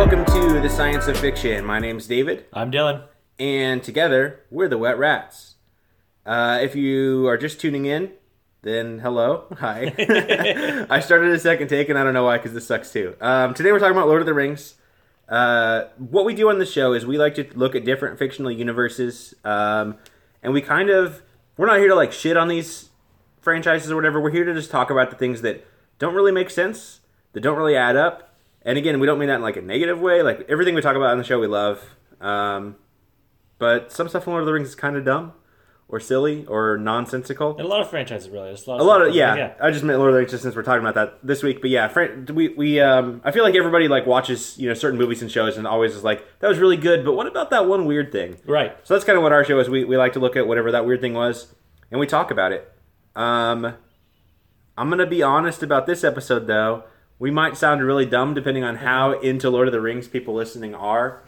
the Science of Fiction. My name's David, I'm Dylan. and together we're the Wet Rats. Uh, if you are just tuning in, then hello, hi. I started a second take, and I don't know why, because this sucks too. Um, today we're talking about Lord of the Rings. Uh, what we do on the show is we like to look at different fictional universes, um, and we kind of we're not here to like shit on these franchises or whatever. We're here to just talk about the things that don't really make sense, that don't really add up. And again, we don't mean that in like a negative way. Like everything we talk about on the show, we love. Um, but some stuff in Lord of the Rings is kind of dumb, or silly, or nonsensical. And a lot of franchises, really. There's a lot. A lot of yeah, I just meant Lord of the Rings just since we're talking about that this week. But yeah, Fran- we we um, I feel like everybody like watches you know certain movies and shows and always is like that was really good, but what about that one weird thing? Right. So that's kind of what our show is. We we like to look at whatever that weird thing was, and we talk about it. Um, I'm gonna be honest about this episode though. We might sound really dumb depending on how into Lord of the Rings people listening are,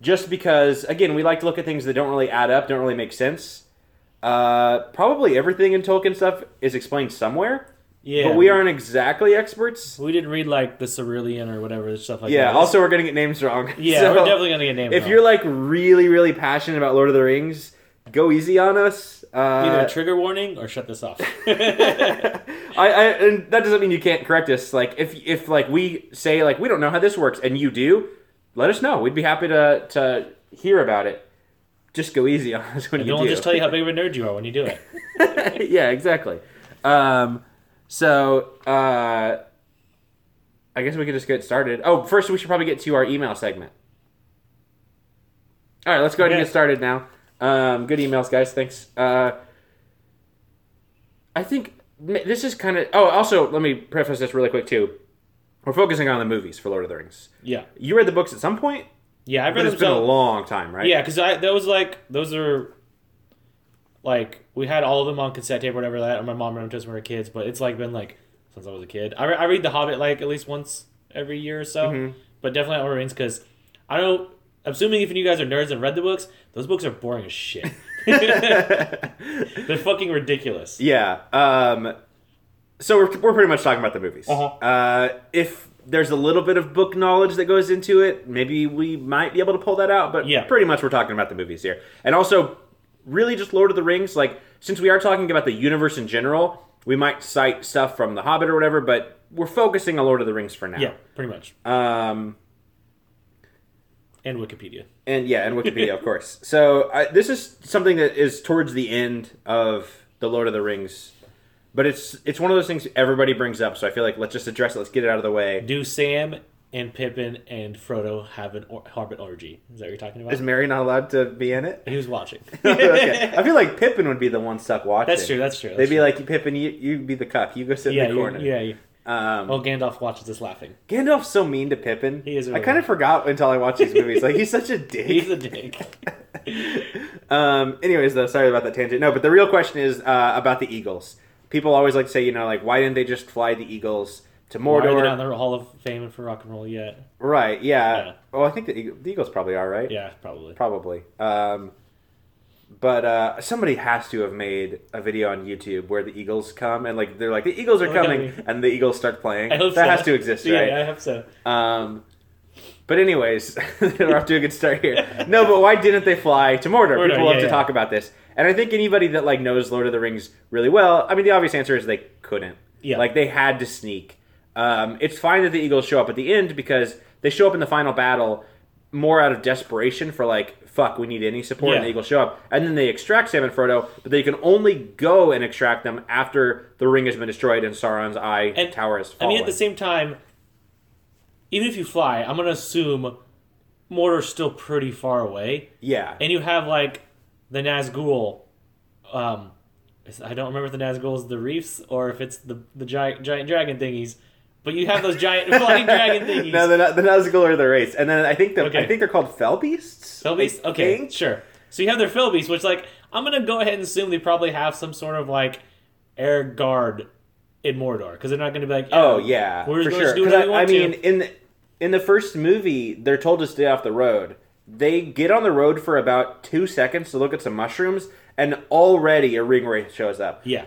just because again we like to look at things that don't really add up, don't really make sense. Uh, probably everything in Tolkien stuff is explained somewhere, Yeah. but we aren't exactly experts. We didn't read like the Cerulean or whatever stuff like Yeah. that. Also, we're gonna get names wrong. Yeah, So- we're definitely gonna get named. if you're like really really passionate about lord of the rings go easy on us either uh, trigger warning or shut this off. I, I and that doesn't mean you can't correct us like if if like we say like we don't know how this works and you do let us know we'd be happy to to hear about it just go easy on us when And you then we'll do just tell you how big of a nerd you are when you do it. yeah exactly um so uh i guess we could just get started oh first we should probably get to our email segment all right let's go ahead and Okay. get started now um good emails guys thanks uh i think m- this is kind of oh also let me preface this really quick too we're focusing on the movies for lord of the rings Yeah. you read the books at some point Yeah. I've but read it's them. been a so- long time right Yeah, because I that was like those are like we had all of them on cassette tape or whatever that, or my mom read them to us when we were kids. But it's like been like since I was a kid. I, re- I read The Hobbit like at least once every year or so, Mm-hmm. but definitely not Lord of the Rings because I don't. I'm assuming if you guys are nerds and read the books, those books are boring as shit. They're fucking ridiculous. Yeah. Um, so we're, we're pretty much talking about the movies. Uh-huh. Uh, if there's a little bit of book knowledge that goes into it, maybe we might be able to pull that out. But Yeah. pretty much we're talking about the movies here, and also really just Lord of the Rings. Like since we are talking about the universe in general, we might cite stuff from The Hobbit or whatever, but we're focusing on Lord of the Rings for now. Yeah, pretty much. Um, And Wikipedia. and yeah, and Wikipedia, of course. So I, this is something that is towards the end of the Lord of the Rings, but it's it's one of those things everybody brings up. So I feel like let's just address it. Let's get it out of the way. Do Sam and Pippin and Frodo have an or- have an orgy? Is that what you're talking about? Is Mary not allowed to be in it? he was watching. Okay. I feel like Pippin would be the one stuck watching. That's true. That's true. They'd that's be true. like, Pippin, you you be the cuck. You go sit yeah, in the you- corner. yeah. You, Um, oh, Gandalf watches us laughing. Gandalf's so mean to Pippin. He is I really kind of mean. forgot until I watched these movies. Like he's such a dick. He's a dick. um, anyways, though, sorry about that tangent. No, but the real question is uh, about the Eagles. People always like to say, you know, like why didn't they just fly the Eagles to Why are they Mordor? not in the Hall of Fame for rock and roll yet? right? Yeah. Yeah. Well, I think the, Eag- the Eagles probably are right. Yeah, probably. Probably. Um, but uh, somebody has to have made a video on YouTube where the Eagles come and like they're like the Eagles are Oh, coming yeah. and the Eagles start playing. I hope that so. has to exist, right? Yeah, I hope so. Um, but anyways, we're off to a good start here. No, but why didn't they fly to Mordor? Mordor, People love yeah, to yeah. talk about this, and I think anybody that like knows Lord of the Rings really well, I mean, the obvious answer is they couldn't. Yeah. like they had to sneak. Um, it's fine that the Eagles show up at the end because they show up in the final battle more out of desperation for like fuck we need any support and Yeah. the eagles show up and then they extract sam and frodo but they can only go and extract them after the ring has been destroyed and sauron's eye And- tower has I fallen mean, at the same time, even if you fly, I'm gonna assume Mordor's still pretty far away, yeah and you have like the Nazgul. Um, is- I don't remember if the Nazgul is the reefs or if it's the the giant giant dragon thingies, but you have those giant flying dragon thingies. No, the, the Nazgul are the race, and then I think the I Okay. think they're called fell beasts. Phil Beast? I Okay, think. sure. So you have their Phil Beast, which, like, I'm going to go ahead and assume they probably have some sort of, like, air guard in Mordor, because they're not going to be like, Oh yeah, We're for just gonna sure. do 'Cause whatever I, we I want mean, to. in the in the first movie, they're told to stay off the road. They get on the road for about two seconds to look at some mushrooms, and already a ring wraith shows up. Yeah.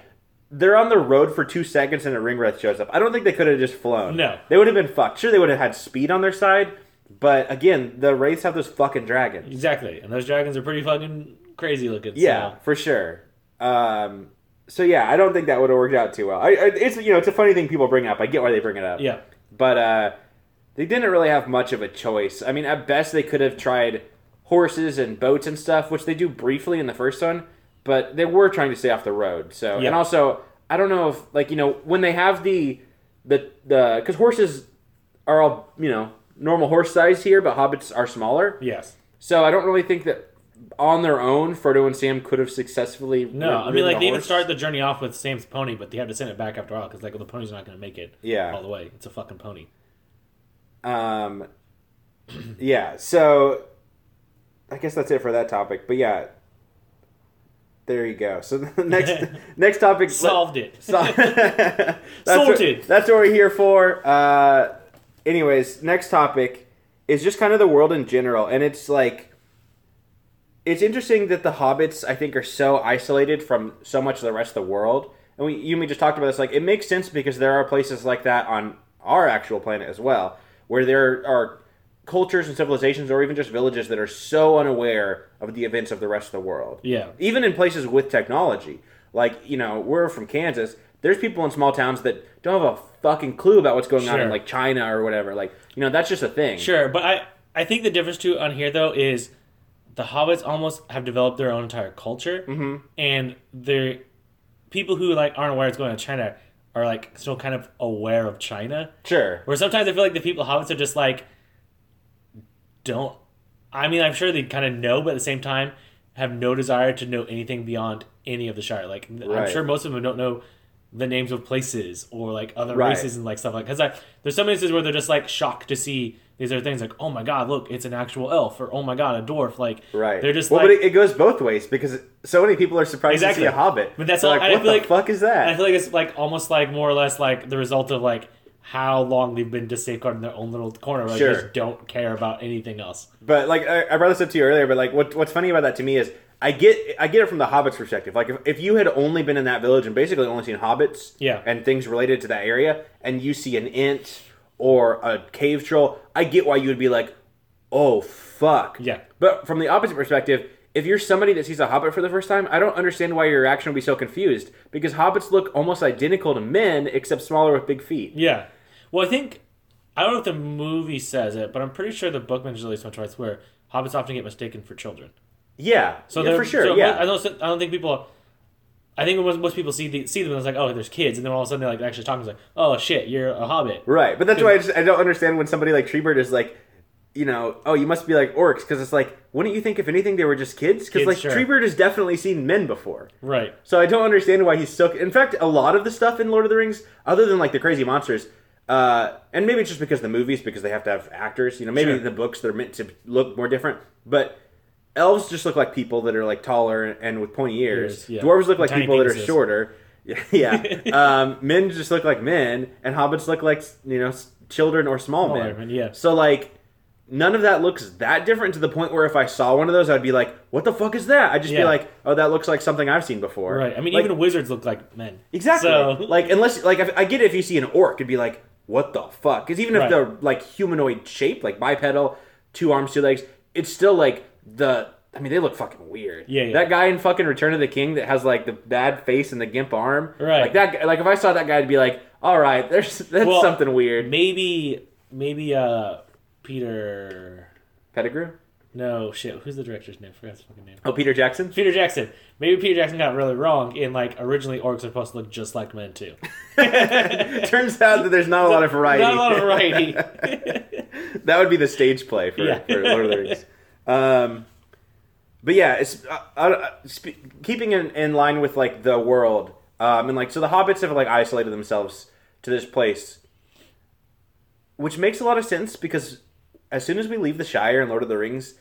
They're on the road for two seconds, and a ring wraith shows up. I don't think they could have just flown. No. they would have been fucked. Sure, they would have had speed on their side, But again, the wraiths have those fucking dragons. Exactly. And those dragons are pretty fucking crazy looking. so- Yeah, for sure. Um, so yeah, I don't think that would have worked out too well. I, I, it's you know it's a funny thing people bring up. I get why they bring it up. yeah. but uh, they didn't really have much of a choice. I mean, at best they could have tried horses and boats and stuff, which they do briefly in the first one, but they were trying to stay off the road. So Yeah. and also I don't know if like you know when they have the the the because horses are all you know normal horse size here, but hobbits are smaller. Yes. So I don't really think that on their own, Frodo and Sam could have successfully. No, I mean, like, they even started the journey off with Sam's pony, but they had to send it back after all because, like, well, the pony's not going to make it all Yeah. the way. It's a fucking pony. Um, yeah. So I guess that's it for that topic. But yeah, there you go. So the next next topic. Solved it. So- that's Sorted. What, that's what we're here for. Uh, anyways, next topic is just kind of the world in general, and it's like it's interesting that the hobbits I think are so isolated from so much of the rest of the world. And we you and me just talked about this. Like it makes sense because there are places like that on our actual planet as well, where there are cultures and civilizations or even just villages that are so unaware of the events of the rest of the world yeah. even in places with technology. Like, you know, we're from Kansas. There's people in small towns that don't have a fucking clue about what's going on in Sure. like China or whatever. Like, you know, that's just a thing. Sure, but I I think the difference too on here though is the hobbits almost have developed their own entire culture, and the people who like aren't aware it's going on in China are like still kind of aware of China. Sure. Where sometimes I feel like the people hobbits are just like don't. I mean, I'm sure they kind of know, but at the same time, have no desire to know anything beyond any of the Shire. Like I'm Right. sure most of them don't know the names of places or like other Right. races and like stuff like. Because like, there's some instances where they're just like shocked to see these other things. Like oh my god, look, it's an actual elf, or oh my god, a dwarf. Like Right. They're just well, like. but it, it goes both ways because so many people are surprised Exactly. to see a hobbit. But that's They're all- like, and I what feel the like- fuck is and I that? feel like it's like almost like more or less like the result of like how long they've been just safeguarding their own little corner. Like Sure. they just don't care about anything else. But like I, I brought this up to you earlier, but like what, what's funny about that to me is I get I get it from the hobbit's perspective. Like if, if you had only been in that village and basically only seen hobbits Yeah. and things related to that area, and you see an ant or a cave troll, I get why you would be like, "Oh fuck." Yeah. But from the opposite perspective, if you're somebody that sees a hobbit for the first time, I don't understand why your reaction would be so confused because hobbits look almost identical to men except smaller with big feet. Yeah. Well, I think I don't know if the movie says it, but I'm pretty sure the book mentions at least once or twice where hobbits often get mistaken for children. Yeah. So yeah, they're- for sure. so yeah. I don't. I don't think people. I think most, most people see the, see them and it's like, oh, there's kids, and then all of a sudden they're like actually talking, it's like, oh shit, you're a hobbit. Right, but that's why I just I don't understand when somebody like Treebird is like, you know, oh, you must be like orcs because it's like, wouldn't you think if anything they were just kids? Because Kids, like sure. Treebird has definitely seen men before, Right. so I don't understand why he's so. In fact, a lot of the stuff in Lord of the Rings, other than like the crazy monsters, uh, and maybe it's just because the movies because they have to have actors, you know, maybe Sure. the books they're meant to look more different, but. Elves just look like people that are like taller and with pointy ears. Ears, yeah. Dwarves look like Tiny people that are penises. short shorter. Yeah. um, men just look like men, and hobbits look like you know s- children or small Smaller men. men, yeah. So like, none of that looks that different to the point where if I saw one of those, I'd be like, "What the fuck is that?" I'd just be Yeah. like, "Oh, that looks like something I've seen before." Right. I mean, Like, even wizards look like men. exactly. So Like unless like if, I get it if you see an orc, it'd be like, "What the fuck?" Because even if Right. they're like humanoid shape, like bipedal, two arms, two legs, it's still like the. I mean, they look fucking weird. Yeah, yeah. That guy in fucking Return of the King that has like the bad face and the gimp arm. Right. Like that. guy- Like if I saw that guy, I'd be like, "All right, there's that's Well- something weird." maybe maybe uh Peter. Pettigrew. No shit. Who's the director's name? I forgot his fucking name. Oh, Peter Jackson. Peter Jackson. Maybe Peter Jackson got it really wrong in like originally orcs are supposed to look just like men too. Turns out that there's not a lot of variety. Not a lot of variety. that would be the stage play for, Yeah. for Lord of the Rings. Um, but yeah, it's uh, uh, sp- keeping in, in line with like the world, um, and like so the hobbits have like isolated themselves to this place, which makes a lot of sense because as soon as we leave the Shire and Lord of the Rings,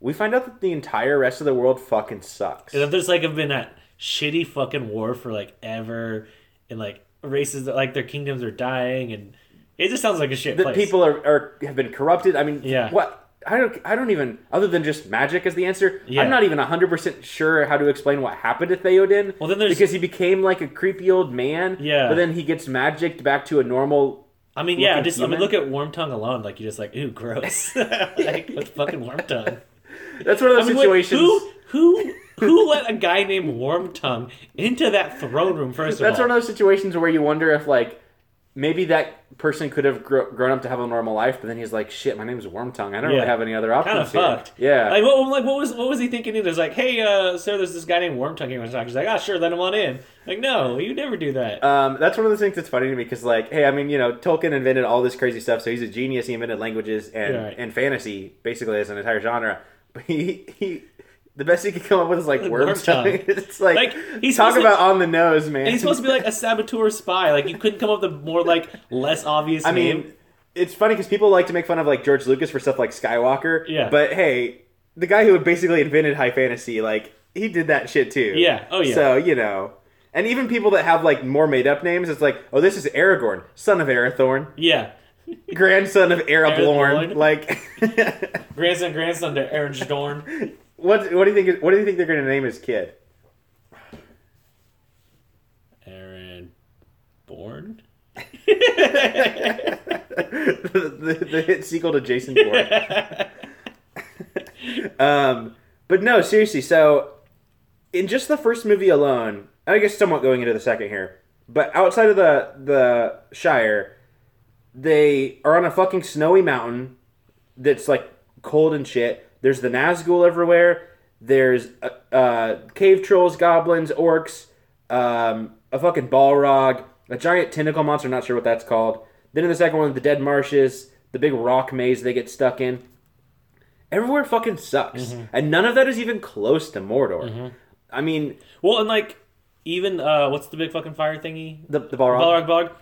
we find out that the entire rest of the world fucking sucks. And There's like have been that shitty fucking war for like ever, and like races that like their kingdoms are dying, and it just sounds like a shit that place. people are, are have been corrupted. I mean, Yeah. what I don't I don't even other than just magic as the answer. Yeah. I'm not even 100% sure how to explain what happened to Theoden. Well, then there's- because he became like a creepy old man, Yeah. but then he gets magicked back to a normal I mean, Look yeah, at just I human. mean, look at Worm Tongue alone. Like you're just like, ooh, gross. like with fucking Worm Tongue. That's one of I those mean, wait, situations. who who who let a guy named Worm Tongue into that throne room? First of That's all, one of those situations where you wonder if like maybe that person could have gr- grown up to have a normal life, but then he's like, "Shit, my name's Wormtongue. I don't Yeah. really have any other kind options of here." fucked. Yeah, Like what, like what was what was he thinking? He was like, hey, uh, sir, there's this guy named Worm Tongue. He wants to talk. He's like, ah, sure, let him on in. Like, no, you never do that. Um, that's one of the things that's funny to me because, like, hey, I mean, you know, Tolkien invented all this crazy stuff, so he's a genius. He invented languages and, Right. and fantasy basically as an entire genre. But he, he the best he could come up with is like worm, Worm tongue. tongue. it's like, Like, he's talk supposed to- about on the nose, man. And he's supposed to be like a saboteur spy. Like you couldn't come up with a more like less obvious I name. mean, it's funny because people like to make fun of like George Lucas for stuff like Skywalker. Yeah. But hey, the guy who basically invented high fantasy, like, he did that shit too. Yeah. Oh, yeah. So you know. And even people that have like more made up names, it's like, oh, this is Aragorn, son of Arathorn. yeah, grandson of Ereblorn. Ereblorn. Like, grandson, grandson to Aaron Storn. what what do you think? What do you think they're gonna name his kid? Aaron Born. the, the, the hit sequel to Jason Bourne. um, but no, seriously. So, in just the first movie alone, I guess somewhat going into the second here, but outside of the the Shire, they are on a fucking snowy mountain that's like cold and shit. There's the Nazgul everywhere. There's uh, uh, cave trolls, goblins, orcs, um, a fucking Balrog, a giant tentacle monster. Not sure what that's called. Then in the second one, the dead marshes, the big rock maze they get stuck in. Everywhere fucking sucks, Mm-hmm. and none of that is even close to Mordor. I mean, Well, and like even uh, what's the big fucking fire thingy? the the Balrog. Balrog Balrog.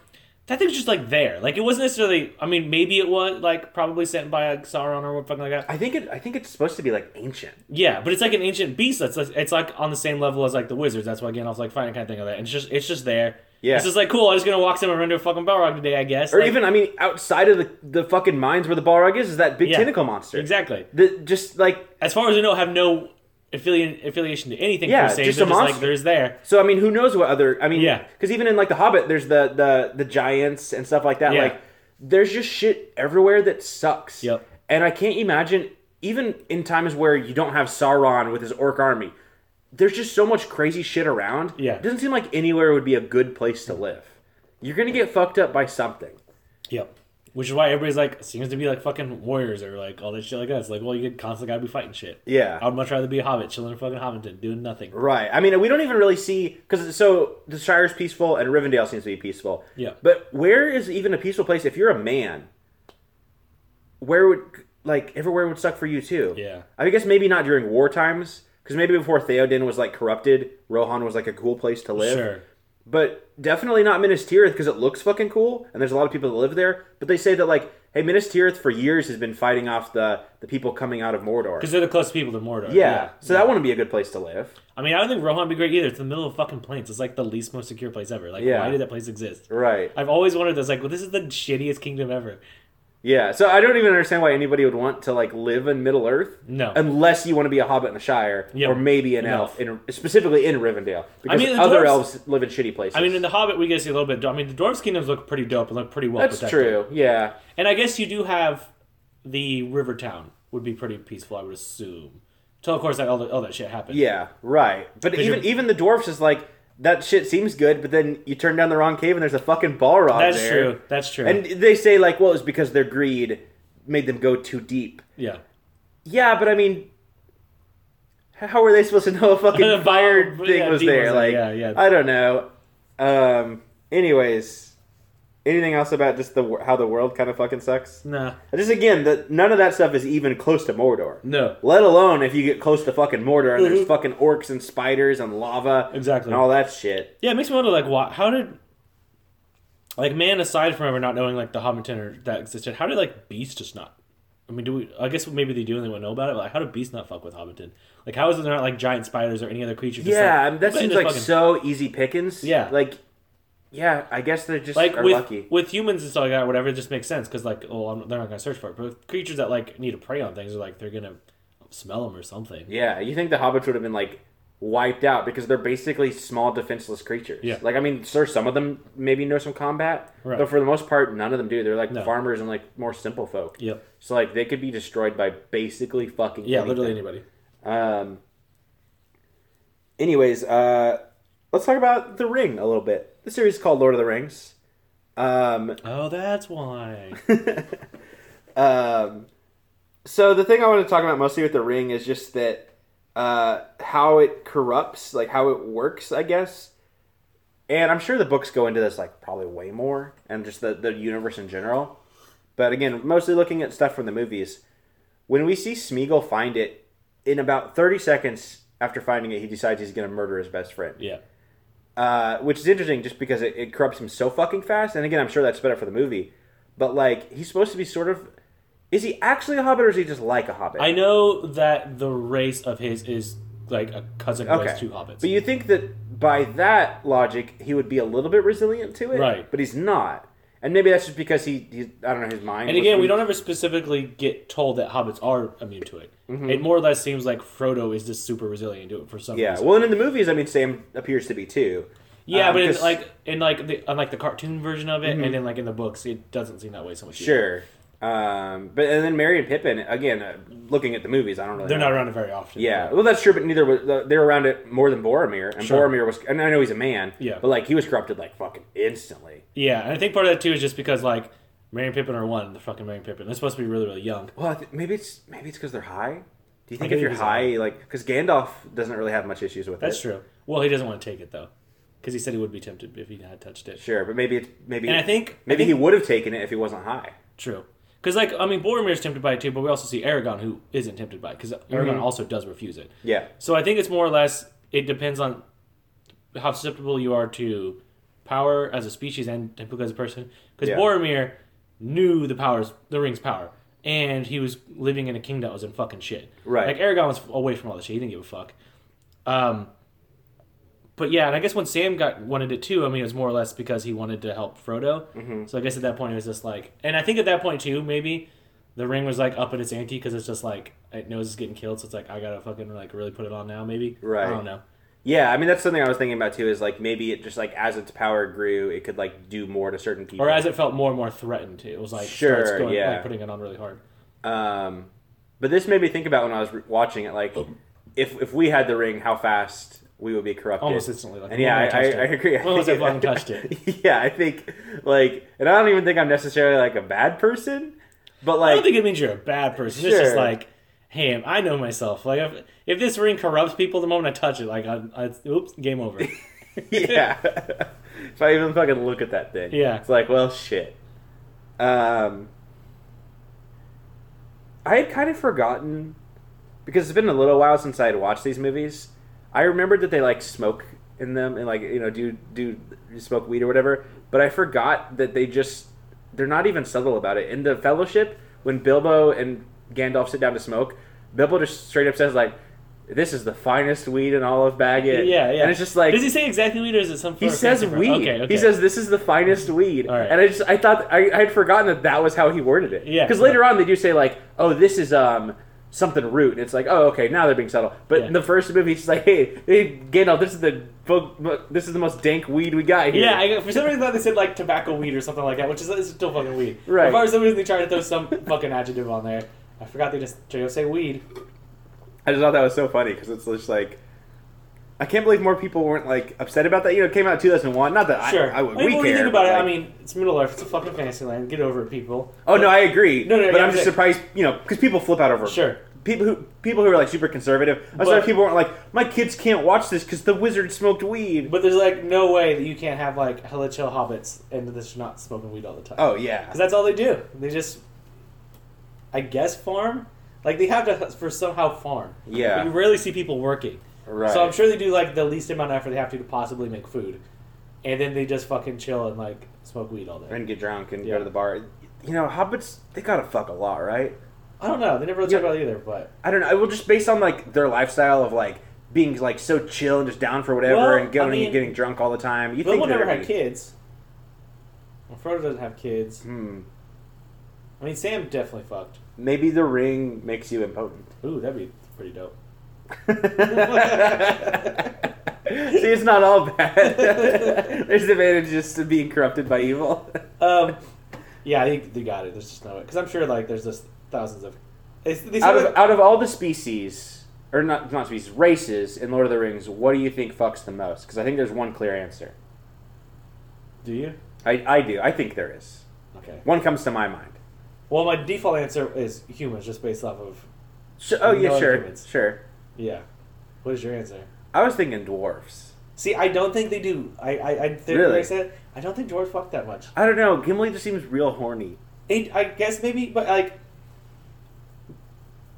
That thing's just like there. Like it wasn't necessarily. I mean, maybe it was like probably sent by like Sauron or what fucking like that. I think it. I think it's supposed to be like ancient. Yeah, but it's like an ancient beast. That's like, it's like on the same level as like the wizards. That's why Gandalf's like fighting kind of thing like that. And it's just it's just there. Yeah. It's just like cool. I'm just gonna walk somewhere into a fucking Balrog today, I guess. Or Like, even, I mean, outside of the, the fucking mines where the Balrog is, is that big Yeah. tentacle monster. exactly. The, just like As far as I know, have no affiliate affiliation to anything. Yeah, per se. just They're a like monster. there's there. So I mean, who knows what other? I mean, Yeah. Because even in like the Hobbit, there's the the the giants and stuff like that. Yeah. Like, there's just shit everywhere that sucks. Yep. And I can't imagine even in times where you don't have Sauron with his orc army, there's just so much crazy shit around. Yeah. It doesn't seem like anywhere would be a good place to live. You're gonna get fucked up by something. Yep. Which is why everybody's like seems to be like fucking warriors or like all this shit like that. It's like, well, you could constantly gotta be fighting shit. Yeah. I'd much rather be a hobbit chilling in fucking Hobbiton doing nothing. Right. I mean, we don't even really see because so the Shire's peaceful and Rivendell seems to be peaceful. Yeah. But where is even a peaceful place if you're a man? Where would like everywhere would suck for you too? Yeah. I guess maybe not during war times because maybe before Theoden was like corrupted, Rohan was like a cool place to live. Sure. But definitely not Minas Tirith because it looks fucking cool and there's a lot of people that live there. But they say that like, hey, Minas Tirith for years has been fighting off the the people coming out of Mordor. Because they're the closest people to Mordor. Yeah. So that wouldn't be a good place to live. I mean, I don't think Rohan would be great either. It's in the middle of fucking plains. It's like the least most secure place ever. Like, Yeah. why did that place exist? Right. I've always wondered this. Like, well, this is the shittiest kingdom ever. Yeah, so I don't even understand why anybody would want to like live in Middle Earth. No. unless you want to be a hobbit in the Shire, Yeah, or maybe an an elf, in, specifically in Rivendell, because mean, the other dwarves- elves live in shitty places. I mean, in The Hobbit, we get to see a little bit. I mean, the dwarves' kingdoms look pretty dope and look pretty well that's protected. true. Yeah, And I guess you do have the river town would be pretty peaceful, I would assume. Till of course, like all, the, all that shit happened. yeah, right. But even even the dwarfs is like that shit seems good, but then you turn down the wrong cave and there's a fucking Balrog that's there. true. That's true. And they say like, well, it's because their greed made them go too deep. yeah, Yeah, but I mean, how were they supposed to know a fucking About- fire yeah, thing was deep there? was there, like, yeah, yeah. I don't know. Um. Anyways, anything else about just the wor- how the world kind of fucking sucks? nah, Just again, that none of that stuff is even close to Mordor. no, Let alone if you get close to fucking Mordor and there's fucking orcs and spiders and lava Mm-hmm. exactly. and all that shit. yeah, it makes me wonder, like, why, how did, like, man, aside from ever not knowing like the Hobbiton or that existed, how did like beasts just not? I mean, do we? I guess maybe they do and they wouldn't know about it. But like, how do beasts not fuck with Hobbiton? Like, how is there not like giant spiders or any other creature? Just, yeah, like, I mean, that but in seems this like fucking- so easy pickings. Yeah. Like, yeah, I guess they're just like are with lucky. with humans and stuff like that, whatever, it just makes sense because like, oh, I'm, they're not gonna search for it. But with creatures that like need to prey on things, are like they're gonna smell them or something. Yeah, you think the hobbits would have been like wiped out because they're basically small defenseless creatures. Yeah. Like I mean, sure, some of them maybe know some combat, Right. but for the most part, none of them do. They're like No. farmers and like more simple folk. Yep. So like they could be destroyed by basically fucking Yeah, anything. literally anybody. Um. Anyways, uh, let's talk about the Ring a little bit. The series is called Lord of the Rings. Um, Oh, that's why. um, so the thing I want to talk about mostly with the Ring is just that uh, how it corrupts, like how it works, I guess. And I'm sure the books go into this like probably way more, and just the the universe in general. But again, mostly looking at stuff from the movies. When we see Smeagol find it, in about 30 seconds after finding it, he decides he's going to murder his best friend. yeah. Uh, which is interesting just because it, it corrupts him so fucking fast. And again, I'm sure that's better for the movie. But like, he's supposed to be sort of. Is he actually a hobbit or is he just like a hobbit? I know that the race of his is like a cousin who Okay. has two hobbits. But you think that by that logic, he would be a little bit resilient to it. Right. But he's not. And maybe that's just because he, he I don't know, his mind. and was again, we weak. don't ever specifically get told that hobbits are immune to it. Mm-hmm. It more or less seems like Frodo is just super resilient to it for some Yeah. reason. Well, and in the movies, I mean, Sam appears to be too. yeah, um, but in, 'cause- like in like the unlike the cartoon version of it, Mm-hmm. and then like in the books, it doesn't seem that way so much. either. Sure. Um, but and then Mary and Pippin again. Uh, looking at the movies, I don't really. they're know. not around it very often. Yeah, well, that's true, but neither was uh, they were around it more than Boromir, and Sure. Boromir was. And I know he's a man. Yeah. But like he was corrupted like fucking instantly. yeah, and I think part of that too is just because like Mary and Pippin are one, the fucking Mary and Pippin. They're supposed to be really really young. Well, I th- maybe it's maybe it's because they're high. Do you think I if think you're it's high, like because Gandalf doesn't really have much issues with That's it. true. Well, he doesn't want to take it though, because he said he would be tempted if he had touched it. Sure, but maybe it, maybe And I think maybe I think, he would have taken it if he wasn't high. True. Because, like, I mean, Boromir's tempted by it too, but we also see Aragon who isn't tempted by it, because Aragon also does refuse it. Yeah. So I think it's more or less, it depends on how susceptible you are to power as a species and typically as a person. Because Yeah. Boromir knew the powers, the ring's power, and he was living in a kingdom that was in fucking shit. Right. Like, Aragon was away from all the shit. He didn't give a fuck. Um, but yeah, and I guess when Sam got wanted it too, I mean, it was more or less because he wanted to help Frodo. Mm-hmm. So I guess at that point it was just like, and I think at that point too, maybe the ring was like up in its ante because it's just like it knows it's getting killed, so it's like I gotta fucking like really put it on now, maybe. Right. I don't know. Yeah, I mean that's something I was thinking about too. Is like maybe it just like as its power grew, it could like do more to certain people. Or as it felt more and more threatened, it was like Sure, starts going, yeah. like, putting it on really hard. Um, but this made me think about when I was re- watching it, like if if we had the ring, how fast we would be corrupted Almost instantly, like, and yeah, I, when I, I touched I it. agree. When was I fucking touched it? yeah, I think like, and I don't even think I'm necessarily like a bad person, but I like, don't think it means you're a bad person. It's just Sure. like, hey, I know myself. Like if, if this ring corrupts people the moment I touch it, like I, I oops, game over. yeah. if I even fucking look at that thing, Yeah. it's like, well, shit. Um, I had kind of forgotten because it's been a little while since I had watched these movies. I remembered that they like smoke in them and like you know do do smoke weed or whatever, but I forgot that they just they're not even subtle about it. In the Fellowship, when Bilbo and Gandalf sit down to smoke, Bilbo just straight up says like. This is the finest weed in all of Baggett. yeah, yeah. And it's just like does he say exactly weed or is it some? he sort of says fancy- weed. Okay, okay. He says this is the finest weed, All right. and I just I thought I, I had forgotten that that was how he worded it. Yeah. Because later on they do say like, oh, this is um something root, and it's like, oh, okay, now they're being subtle. But Yeah. in the first movie, he's like, hey, hey, Gandalf, this is the bo- mo- this is the most dank weed we got here. Yeah, I, for some reason I thought they said like tobacco weed or something like that, which is it's still fucking weed. Right. But for some reason they tried to throw some fucking adjective on there. I forgot they just straight up say weed. I just thought that was so funny because it's just like. I can't believe more people weren't like upset about that. You know, it came out in 2001. Not that Sure. I, I would. mean, we when you care, think but, about it, I like- mean, it's Middle Earth. It's a fucking fantasy land. Get over it, people. Oh no, I agree. No, no, but yeah, I'm I'm just saying- surprised, you know, because people flip out over Sure. people who people who are like super conservative. I'm sorry, But- people aren't like my kids can't watch this because the wizard smoked weed. But there's like no way that you can't have like hella chill hobbits and that's not smoking weed all the time. oh yeah, Because that's all they do. They just, I guess, farm. Like they have to for somehow farm. Yeah. But you rarely see people working. right. So I'm sure they do like the least amount of effort they have to to possibly make food, and then they just fucking chill and like smoke weed all day. and get drunk and Yeah. go to the bar. You know, hobbits they gotta fuck a lot, right? I don't know. They never really Yeah. talk about it either. But I don't know. Well, just based on like their lifestyle of like being like so chill and just down for whatever Well, and going I and mean, getting drunk all the time. You Bilbo think never they're had kids. Well, Frodo doesn't have kids. Hmm. I mean, Sam definitely fucked. Maybe the ring makes you impotent. Ooh, that'd be pretty dope. See, it's not all bad. There's advantages to being corrupted by evil. Um, yeah, they, they got it. There's just no way because I'm sure like there's just thousands of. It's, these out other- of out of all the species, or not not species races in Lord of the Rings, what do you think fucks the most? Because I think there's one clear answer. do you? I I do. I think there is. Okay. One comes to my mind. Well, my default answer is humans, just based off of Sh- oh yeah, No sure, arguments. sure. yeah. What is your answer? I was thinking dwarfs. See, I don't think they do. I I, I think Really? I said I don't think dwarves fuck that much. I don't know. Gimli just seems real horny. I, I guess maybe, but like,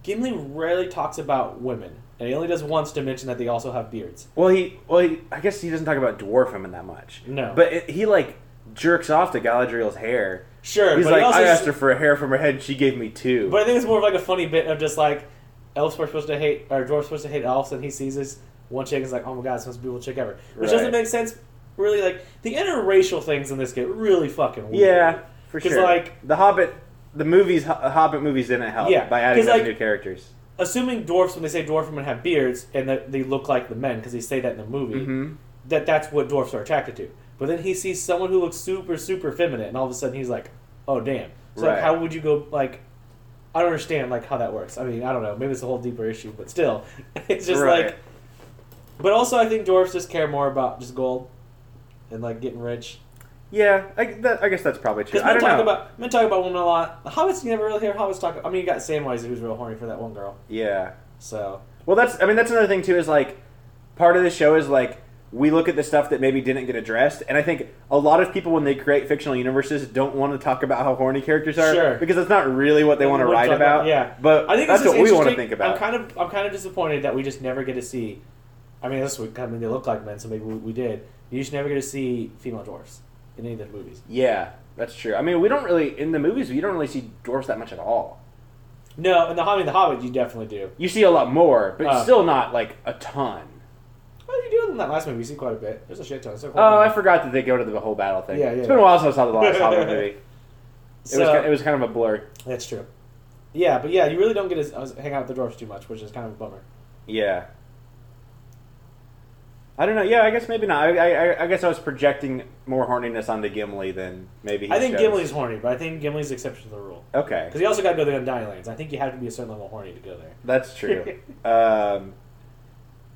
Gimli rarely talks about women, and he only does once to mention that they also have beards. Well, he well, he, I guess he doesn't talk about dwarf women that much. No. but it, he like jerks off to Galadriel's hair. Sure, He's but like, he also I s- asked her for a hair from her head, and she gave me two. But I think it's more of like a funny bit of just like elves were supposed to hate or dwarves supposed to hate elves, and he sees this one chick and is like, "Oh my god, it's the most beautiful chick ever," which doesn't Right. make sense. Really, like the interracial things in this get really fucking weird. yeah, for 'Cause, sure. like- the Hobbit, the movies, Ho- Hobbit movies didn't help. Yeah, by adding 'cause, those like- new characters. assuming dwarfs when they say dwarf women have beards and that they look like the men because they say that in the movie Mhm. that that's what dwarfs are attracted to but then he sees someone who looks super super feminine and all of a sudden he's like oh damn so Right. like, how would you go like i don't understand like how that works i mean i don't know maybe it's a whole deeper issue but still it's just Right. like but also i think dwarfs just care more about just gold and like getting rich Yeah, I, that, I guess that's probably true. because I men don't talk know. about men talk about women a lot. The hobbits you never really hear hobbits talk. I mean, you got Samwise who's real horny for that one girl. yeah. So Well, that's. I mean, that's another thing too. Is like part of the show is like we look at the stuff that maybe didn't get addressed, and I think a lot of people when they create fictional universes don't want to talk about how horny characters are Sure. because that's not really what they They want to wouldn't write talk about. about- yeah. but I think that's this is what we want to interesting. think about. I'm kind of I'm kind of disappointed that we just never get to see. I mean, this I mean they look like men, so maybe we, we did. You just never get to see female dwarfs in any of the movies. yeah, that's true. I mean, we don't really in the movies we don't really see dwarfs that much at all. No, in the Hobbit, the Hobbit, you definitely do. You see a lot more, but Uh. still not like a ton. What are you doing in that last movie? You see quite a bit. There's a shit ton. It's like- Oh, I forgot that they go to the whole battle thing. Yeah, yeah, It's been a yeah. while since I saw the last Hobbit movie. It so, was ki- it was kind of a blur. that's true. Yeah, but yeah, you really don't get to s- hang out with the dwarfs too much, which is kind of a bummer. Yeah. I don't know. Yeah, I guess maybe not. I, I, I- I guess I was projecting more horniness onto Gimli than maybe. He I think shows. Gimli's horny, but I think Gimli's the exception to the rule Okay, because you also got to go to the Undying Lands. I think you have to be a certain level horny to go there. that's true. um,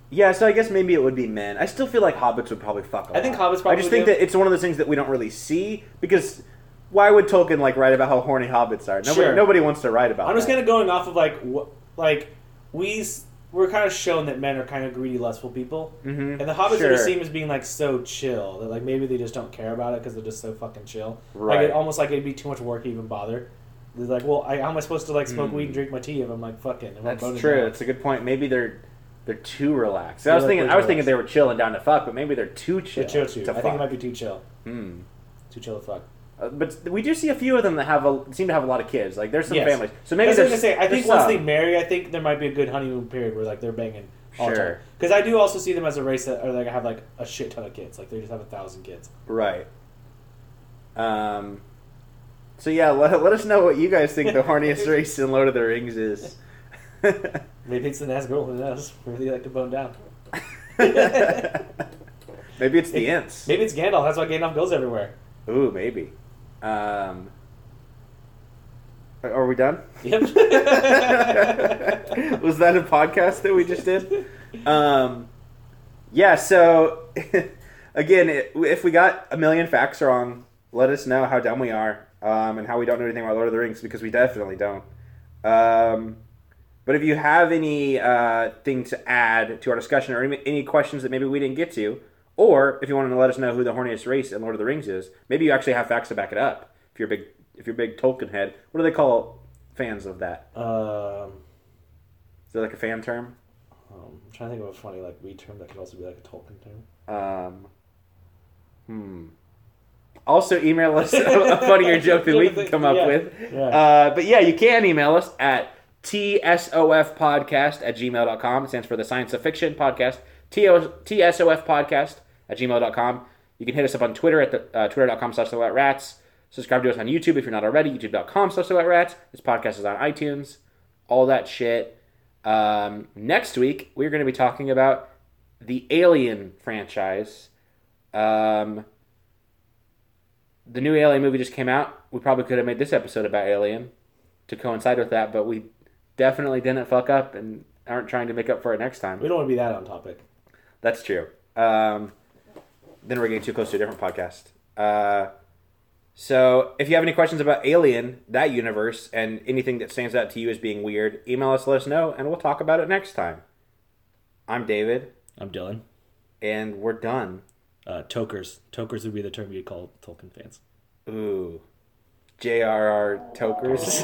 yeah, so I guess maybe it would be men. I still feel like hobbits would probably fuck. I I think hobbits probably I just think do. that it's one of those things that we don't really see because why would Tolkien like write about how horny hobbits are? Nobody, Sure. nobody wants to write about. I'm just that. kind of going off of like what like we s- we're kind of shown that men are kind of greedy, lustful people, Mhm. and the hobbits Sure. are just seen as being like so chill that like maybe they just don't care about it because they're just so fucking chill. Like Right. it, almost like it'd be too much work to even bother. They're like, well, I, how am I supposed to like smoke Mm. weed and drink my tea if I'm like fucking? If I'm That's boning true. down? That's a good point. Maybe they're they're too relaxed. I They're was like thinking way I was too thinking they were chilling down to fuck, but maybe they're too chill. They're chill too. to I think fuck. it might be too chill, Hmm. too chill to fuck. Uh, but we do see a few of them that have a, seem to have a lot of kids. Like there's some Yes. families. So maybe That's what I there's- was gonna say. I there's think once some. they marry, I think there might be a good honeymoon period where like they're banging all the Sure. time. Because I do also see them as a race that are like have like a shit ton of kids. Like they just have a thousand kids. right. Um. So yeah, let, let us know what you guys think the horniest race in Lord of the Rings is. Maybe it's the nice girl who knows. Maybe they like to bone down. maybe it's the Ents. Maybe it's Gandalf. That's why Gandalf goes everywhere. Ooh, maybe. Um. Are are we done? Yep. was that a podcast that we just did? Um, yeah. So again, it, if we got a million facts wrong, let us know how dumb we are um, and how we don't know anything about Lord of the Rings because we definitely don't. Um, but if you have any uh, thing to add to our discussion or any, any questions that maybe we didn't get to, or if you wanted to let us know who the horniest race in Lord of the Rings is, maybe you actually have facts to back it up. If you're a big, if you're a big Tolkien head, what do they call fans of that? um, Is that like a fan term? um, I'm trying to think of a funny like we term that could also be like a Tolkien term. Um, hmm. Also, email us a, a funnier joke that we can come up Yeah, with. yeah. Uh, but yeah, you can email us at tsofpodcast at gmail.com. It stands for the Science of Fiction Podcast. TO tsofpodcast at gmail.com. You can hit us up on Twitter at the, uh, twitter.com slash the wet rats. Subscribe to us on YouTube if you're not already. YouTube.com slash the wet rats. This podcast is on iTunes. All that shit. Um, next week, we're going to be talking about the Alien franchise. Um, the new Alien movie just came out. We probably could have made this episode about Alien to coincide with that, but we definitely didn't fuck up and aren't trying to make up for it next time. We don't want to be that on topic. That's true. Um, then we're getting too close to a different podcast. Uh, so if you have any questions about Alien, that universe, and anything that stands out to you as being weird, email us, let us know, and we'll talk about it next time. I'm David, I'm Dylan. and we're done. Uh, tokers. Tokers would be the term you'd call Tolkien fans. Ooh. J.R.R. Tokers.